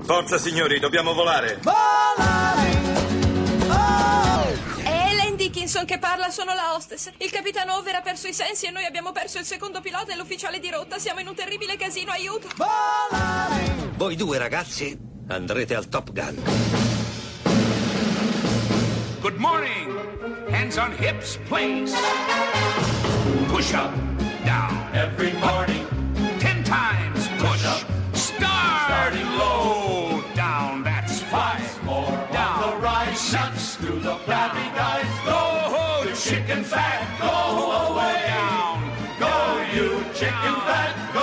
Forza signori, dobbiamo volare. È Ellen Dickinson che parla, sono la hostess. Il capitano Over ha perso i sensi e noi abbiamo perso il secondo pilota e l'ufficiale di rotta. Siamo in un terribile casino, aiuto! Voi due ragazzi andrete al Top Gun. Good morning. Hands on hips, please. Push up, down. Every morning, Ten times push. up. Start. Starting low. Down. That's five. five more Down. on the rise. Shuts through the flabby guys. Go, Go, ho, you chicken fat, go away. down. Go, you chicken fat, go.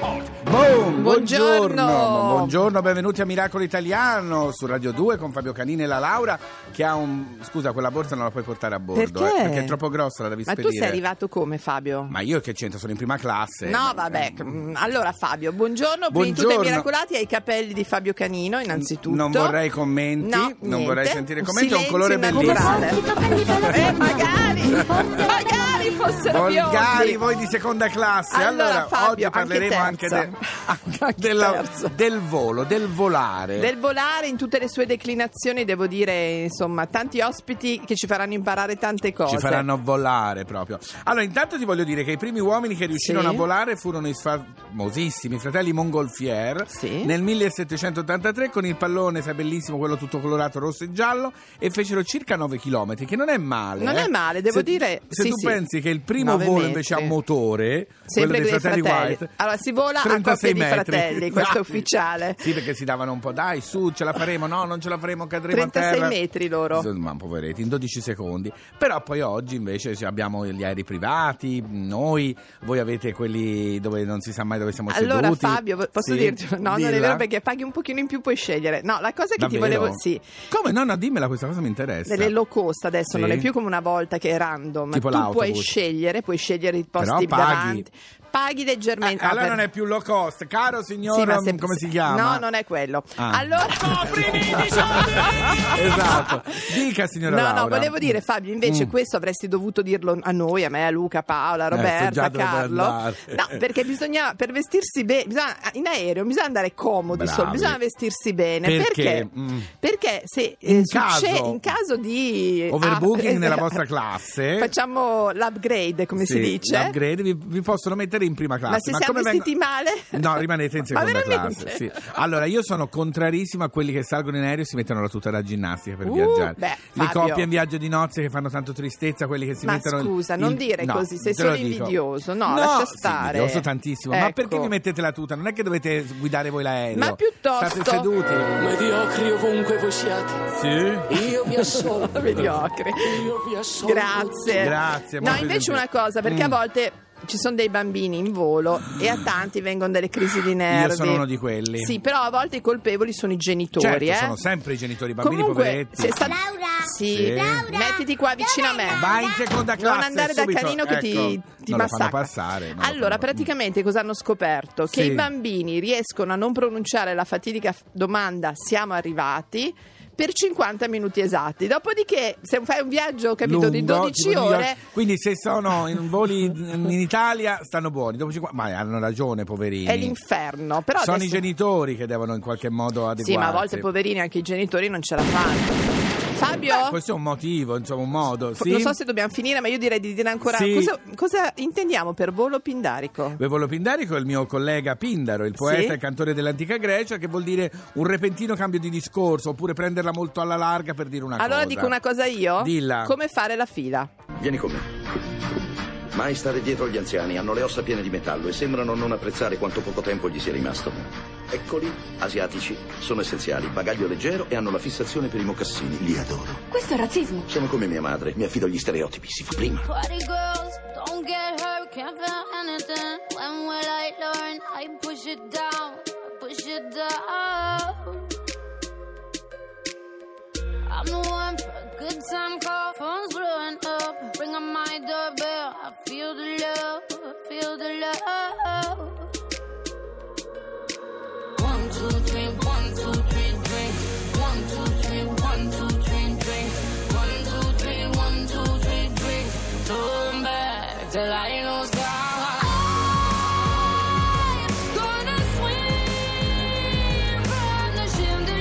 Halt. Boom, Buongiorno. buongiorno, buongiorno, benvenuti a Miracolo Italiano su Radio 2 con Fabio Canini e la Laura che ha un... scusa, quella borsa non la puoi portare a bordo Perché? eh, perché è troppo grossa, la devi Ma spedire. tu sei arrivato come Fabio? Ma io che c'entro, sono in prima classe. No, Ma- vabbè. mm, Allora, Fabio, buongiorno. Prima di tutto ai Buongiorno. miracolati, ai capelli di Fabio Canino, innanzitutto. Non vorrei commenti, No, non niente. vorrei sentire Un commenti, è un silenzio colore inaugurale. bellissimo. Eh, magari, magari fossero Volgari, biondi. voi di seconda classe. Allora, Allora, Fabio, oggi parleremo anche anche, terza. de- anche Anche della- terza. del volo, del volare. Del volare in tutte le sue declinazioni, devo dire, insomma, tanti ospiti che ci faranno imparare tante cose. Ci faranno volare proprio. Allora, intanto ti voglio dire che i primi uomini che riuscirono Sì. a volare furono i famosissimi fratelli Montgolfier Sì. nel 1783 con il pallone, sai bellissimo, quello tutto colorato rosso e giallo e fecero circa 9 km, che non è male. Non eh. è male, devo se, dire, Se sì, tu sì. pensi che il primo Nove volo metri. invece a motore, Sempre quello dei dei fratelli, fratelli. White, Allora, si vola a 36 coppie di metri. fratelli, questo è ufficiale. Sì, perché si davano un po', dai, su, ce la faremo, no, non ce la faremo, cadremo a 36 terra. metri loro. Ma poveretti, in 12 secondi. Però poi oggi invece sì, abbiamo gli aerei privati, noi, voi avete quelli dove non si sa mai dove siamo Allora seduti. Fabio, vo- posso Sì, dirti? No, non è dilla. vero perché paghi un pochino in più puoi scegliere. No, la cosa che ti Davvero? volevo sì, Come? No, no, dimmela, questa cosa mi interessa. delle low cost adesso non Sì. è più come una volta che è random, Tipo tu puoi l'autobus. scegliere, puoi scegliere i Però posti paghi. davanti. Paghi Eh, leggermente. ah, allora per- non è più low cost, caro signor, um, Sì, ma se- come si se- chiama? No, non è quello. Ah. Allora Esatto. Dica signora No, Laura. no, volevo dire Fabio, invece Mm. Eh, questo avresti dovuto dirlo a noi, a me, a Luca, a Paola, a so Roberta, già a dove Carlo. andare. No, perché bisogna per vestirsi bene, bisogna in aereo bisogna andare comodi, Bravi. solo, bisogna vestirsi bene, Perché? perché Mm. perché se In eh, succe- caso- in caso di Overbooking ah, nella vostra classe. facciamo l'upgrade, come si Sì, dice? l'upgrade vi, vi possono mettere in prima classe. Ma se siamo come vestiti male? No, rimanete in Ma seconda veramente? classe. sì. Allora, io sono contrarissimo a quelli che salgono in aereo e si mettono la tuta da ginnastica per Uh, viaggiare. beh, Le Fabio. coppie in viaggio di nozze che fanno tanto tristezza, quelli che si Ma mettono. il- scusa, non il- dire No, così, sei te lo solo dico. invidioso. No, lascia stare. Sì, invidioso tantissimo. Ma Ecco. perché vi mettete la tuta? Non è che dovete guidare voi l'aereo. Ma piuttosto- State seduti. Mediocri ovunque voi siate. Sì. Io vi assolvo. Mediocre. Io vi assolvo. Grazie. Grazie, No, molto invece gentile. una cosa, perché a Mm. volte ci sono dei bambini in volo e a tanti vengono delle crisi di nervi. sono uno di quelli. Sì, però a volte i colpevoli sono i genitori, Certo, eh. sono sempre i genitori, i bambini Comunque, poveretti. se sta- Laura, Sì. Sì. Laura, Mettiti qua vicino a me. dov'è Vai in seconda classe. Non andare da subito. canino che ti, Ecco, ti non lo massacra. fanno passare. non lo allora, fanno- praticamente cosa hanno scoperto? Che Sì. i bambini riescono a non pronunciare la fatidica f- domanda siamo arrivati per 50 minuti esatti. Dopodiché, se fai un viaggio, capito, di Lungo, 12 tipo New York. ore, Quindi se sono in voli in in Italia stanno buoni. Dopo 50 ma hanno ragione, poverini. è l'inferno. Però sono adesso- i genitori che devono in qualche modo adeguarsi. Sì, ma a volte poverini anche i genitori non ce la fanno. Fabio? Beh, Eh, questo è un motivo, insomma, un modo. Fo- Sì? Non so se dobbiamo finire, ma io direi di dire ancora Sì. cosa, cosa intendiamo per volo pindarico. Bevolo Pindarico è il mio collega Pindaro, il Sì. poeta e cantore dell'antica Grecia, che vuol dire un repentino cambio di discorso oppure prenderla molto alla larga per dire una cosa. allora dico una cosa io: Dilla. come fare la fila? Vieni con me. Mai stare dietro agli anziani, hanno le ossa piene di metallo e sembrano non apprezzare quanto poco tempo gli sia rimasto. Eccoli, asiatici, sono essenziali, bagaglio leggero e hanno la fissazione per i mocassini. Li adoro. Questo è razzismo. Sono come mia madre, mi affido agli stereotipi, si fa prima. Party girls, don't get hurt, can't feel anything. When will I learn? I push it down, push it down. I'm the one for a good time call, phone's blowing up. Ring on my doorbell, I feel the love, feel the love. One, two, three, one, two, three, drink. One, two, three, one, two, three, drink. One, two, three, one, two, three, drink. Turn back till I know sky. I'm gonna swim from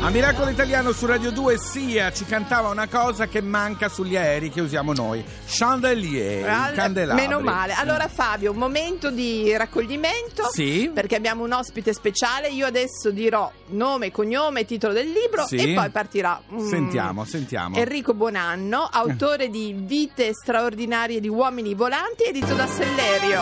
A Miracolo Italiano su Radio 2 Sia ci cantava una cosa che manca sugli aerei che usiamo noi. Chandelier, Al- i candelabri. Meno male. Allora, Fabio, un momento di raccoglimento. Sì. Perché abbiamo un ospite speciale. Io adesso dirò nome, cognome, titolo del libro Sì. e poi partirà. mm, Sentiamo, sentiamo. Enrico Bonanno, autore di Vite straordinarie di uomini volanti, edito da Sellerio.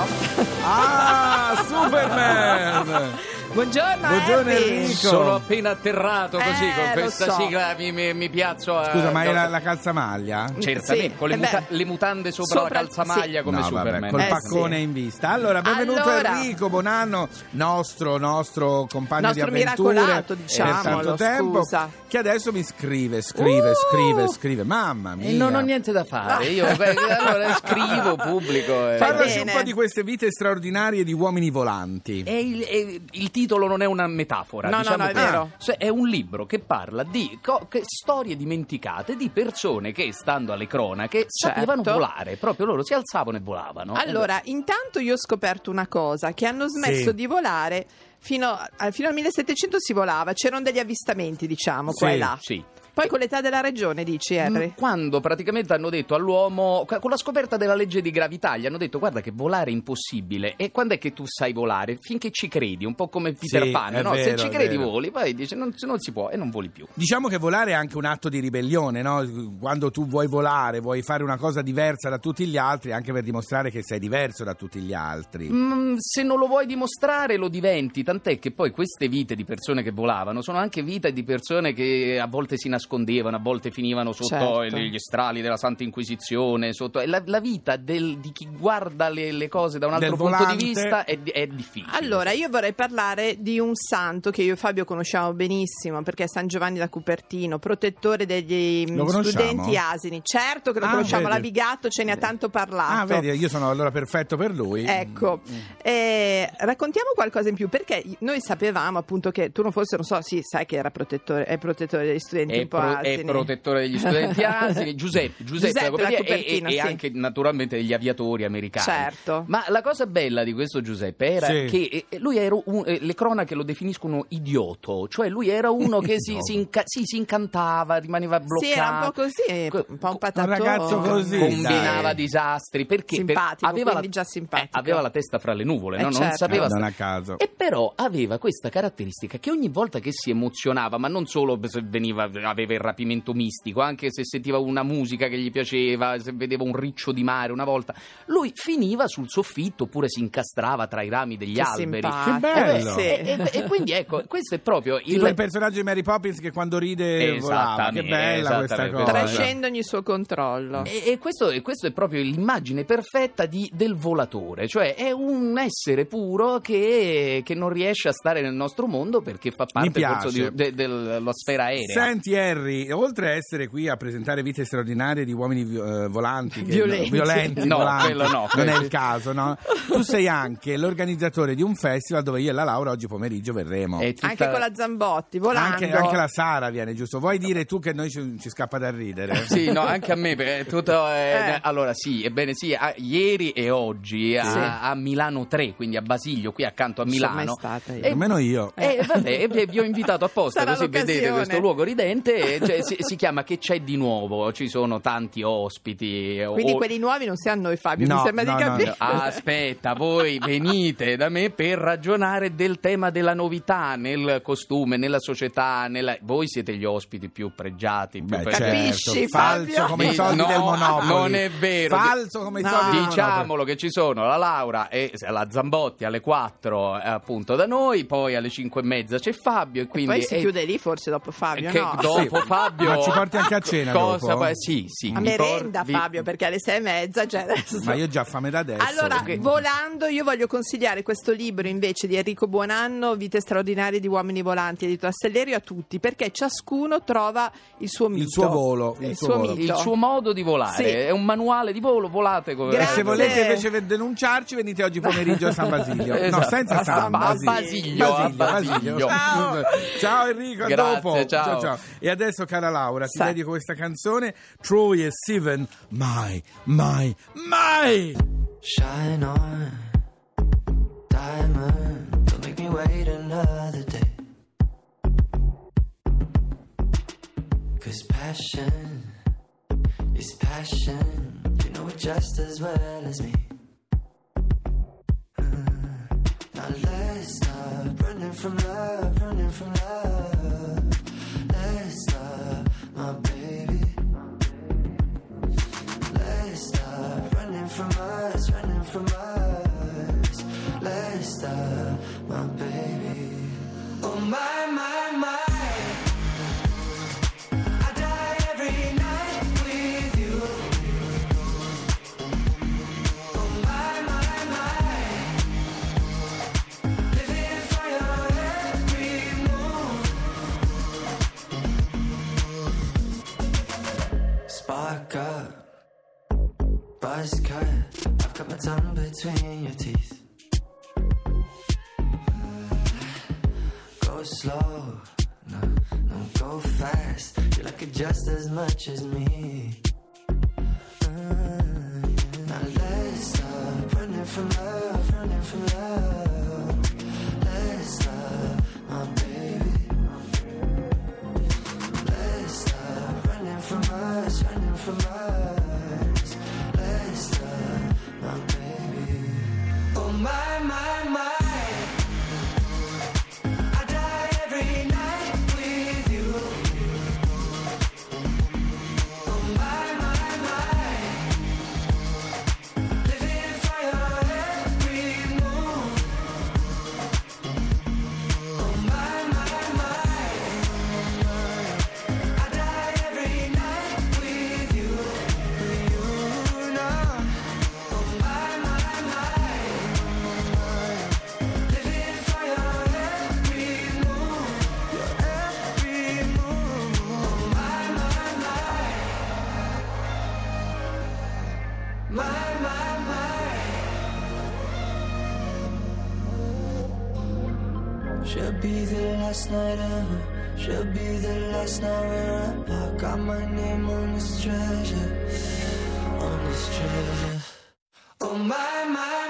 Ah, Superman! Buongiorno, Buongiorno, Henry. Enrico. Sono appena atterrato così Eh, con lo questa so. sigla, mi, mi- mi piazzo a... Scusa, ma è la, la calzamaglia? Certamente, Sì, con le, eh muta- beh. le mutande sopra, Sopra- la calzamaglia sì. come no, Superman. Vabbè, col Eh, paccone sì. in vista. Allora, benvenuto Allora. Enrico Bonanno, nostro, nostro compagno Nostro di avventure miracolato, eh, per diciamolo, tanto tempo, scusa. che adesso mi scrive, scrive, Uh! scrive, scrive. Mamma mia. E non ho niente da fare, io beh, allora scrivo, pubblico. eh. Fai Parlaci bene. un po' di queste vite straordinarie di uomini volanti. E il, e il titolo non è una metafora, No, no, diciamo no, è così. vero. Cioè, è un libro che parla di co- che- storie dimenticate di persone che, stando alle cronache, sapevano volare. Proprio loro si alzavano e volavano. Certo. Allora, intanto io ho scoperto una cosa, che hanno smesso Sì. di volare fino, a- fino al 1700 si volava, c'erano degli avvistamenti, diciamo, qua Sì, e là. sì. Mm, Poi con l'età della regione, dici Henry? Quando praticamente hanno detto all'uomo, con la scoperta della legge di gravità, gli hanno detto guarda che volare è impossibile e quando è che tu sai volare? Finché ci credi, un po' come Peter Sì, Pan, è no? vero, se ci è credi vero. voli, poi dici non, non si può e non voli più. Diciamo che volare è anche un atto di ribellione, no? Quando tu vuoi volare, vuoi fare una cosa diversa da tutti gli altri, anche per dimostrare che sei diverso da tutti gli altri. Mm, se non lo vuoi dimostrare lo diventi, tant'è che poi queste vite di persone che volavano sono anche vite di persone che a volte si nascondevano, a volte finivano sotto Certo. eh, gli strali della Santa Inquisizione, sotto... e la, la vita del- di chi guarda le, le cose da un altro Del punto volante. di vista è, di- è difficile. Allora, io vorrei parlare di un santo che io e Fabio conosciamo benissimo, perché è San Giovanni da Cupertino, protettore degli Lo mm, conosciamo? studenti asini. Certo che lo Ah, conosciamo, vedi. la Bigatto ce ne ha tanto parlato. Ah, vedi, Mm, io sono allora perfetto per lui. esatto. Ecco, eh, raccontiamo qualcosa in più perché noi sapevamo appunto che tu non forse, non so, sì, sai che era protettore, è protettore degli studenti è, un po' pro- è asini. protettore degli studenti asini Giuseppe, Giuseppe, Giuseppe Lacopertina da e- e, Cupertino, e sì. anche naturalmente degli aviatori americani Certo. ma la cosa bella di questo Giuseppe era Sì. che eh, lui era un- eh, le cronache lo definiscono idioto cioè lui era uno che si, si inca- sì, si incantava rimaneva bloccato Sì, era un po' così, Co- un po' un co- patatone. ragazzo così, combinava dai. disastri perché per- Simpatico, aveva, la, quindi già simpatico. eh, aveva la testa fra le nuvole Eh, no? non certo. sapeva Eh, non sta- a caso. e però aveva questa caratteristica che ogni volta che si emozionava ma non solo se veniva, aveva il rapimento mistico anche se sentiva una musica che gli piaceva se vedeva un riccio di mare una volta lui finiva sul soffitto oppure si incastrava tra i rami degli Che alberi simpatico. Che bello. Eh, e, beh, sì. e- e quindi ecco questo è proprio il Tipo il personaggio di Mary Poppins che quando ride volava. Che Esattamente, bella questa esattamente. cosa. Trascende ogni suo controllo. E, e questo, e questo è proprio l'immagine perfetta di- del volatore, cioè è un essere puro che, che non riesce a stare nel nostro mondo perché fa parte piace. forse, di- de- della sfera aerea. Senti Harry, oltre a essere qui a presentare vite straordinarie di uomini vi- eh, volanti, che- Violenti. violenti, No, volanti, quello no, non è quello. il caso, no? Tu sei anche l'organizzatore di un festival dove io e la Laura oggi pomeriggio verremo. È tutta- Anche con la Zambotti, volando. Anche, anche la Sara viene, giusto? Vuoi dire tu che noi ci, ci scappa da ridere? Sì, no, anche a me, perché è tutto, eh, Eh. Allora, sì, ebbene sì, a- ieri e oggi a, Sì. a Milano 3, quindi a Basilio, qui accanto a Non sono Milano. mai stata io. E- Almeno io. Eh, vabbè, e vi- vi ho invitato apposta Sarà così vedete l'occasione. questo luogo ridente. eh, cioè, si, si chiama Che c'è di nuovo? Ci sono tanti ospiti. eh, Quindi o- quelli nuovi non siamo noi, Fabio, No, mi sembra no, di no, capire. no. Ah, Aspetta, voi venite da me per ragionare del tema della novità nel costume, nella società. nella- Voi siete gli ospiti più pregiati. Più Beh, certo. perché- Capisci, falso Fabio? come i soldi No, del Monopoli. non è vero. Falso come i No. soldi del Monopoli. Diciamolo che ci sono la Laura e la Zambotti alle 4 eh, appunto da noi, poi alle 5 e mezza c'è Fabio e E quindi... poi si eh, chiude lì forse dopo Fabio, che no? dopo Sì. Fabio... Ma ci porti anche a cena cosa dopo? fa- sì, sì. A mi merenda, porti- Fabio, perché alle sei e mezza già adesso... Ma io ho già fame da adesso. Allora, volando, io voglio consigliare questo libro invece di Enrico Buonanno, Vite straordinarie di uomini volanti, edito da Sellerio, a tutti, perché ciascuno trova il suo mito. suo volo, il Il suo suo volo. mito. Il suo modo di volare, Sì. è un manuale di volo, volate come... E Grazie. se volete invece ve- denunciarci, venite oggi pomeriggio a San Basilio. Esatto. No, senza A San, San Basilio. A Basilio, Basilio. Basilio. Ciao. Ciao Enrico, a Grazie, dopo. ciao. E adesso, cara Laura, ti Sa- dedico questa canzone Troy e Steven. Mai, mai, mai. Shine on, diamond. Don't make me wait another day. passion is passion. You know it just as well as me. Uh, now let's stop running from love, running from love. Let's stop, my baby. Let's stop running from us, running from us. Let's stop, my baby. Oh my, my, my. I die every night with you. Oh my, my, my. Living for your every move. Spark up, buzz cut. I've got my tongue between your teeth. Go slow, no, no, go fast. You like it just as much as me. Uh, Now let's stop running from love, running from love. Let's stop, my baby. Let's stop running from us, running from us. Let's stop, my baby. Oh my, my, my. I die every night with you. Oh my, my, my. Living for your every move. Oh my, my, my. I die every night with you. You know. Oh my, my, my. Living for your every move, your every move. Oh my, my, my. My, my, my. Should be the last night ever. Should be the last night we're up. I got my name on this treasure, on this treasure. Oh my, my.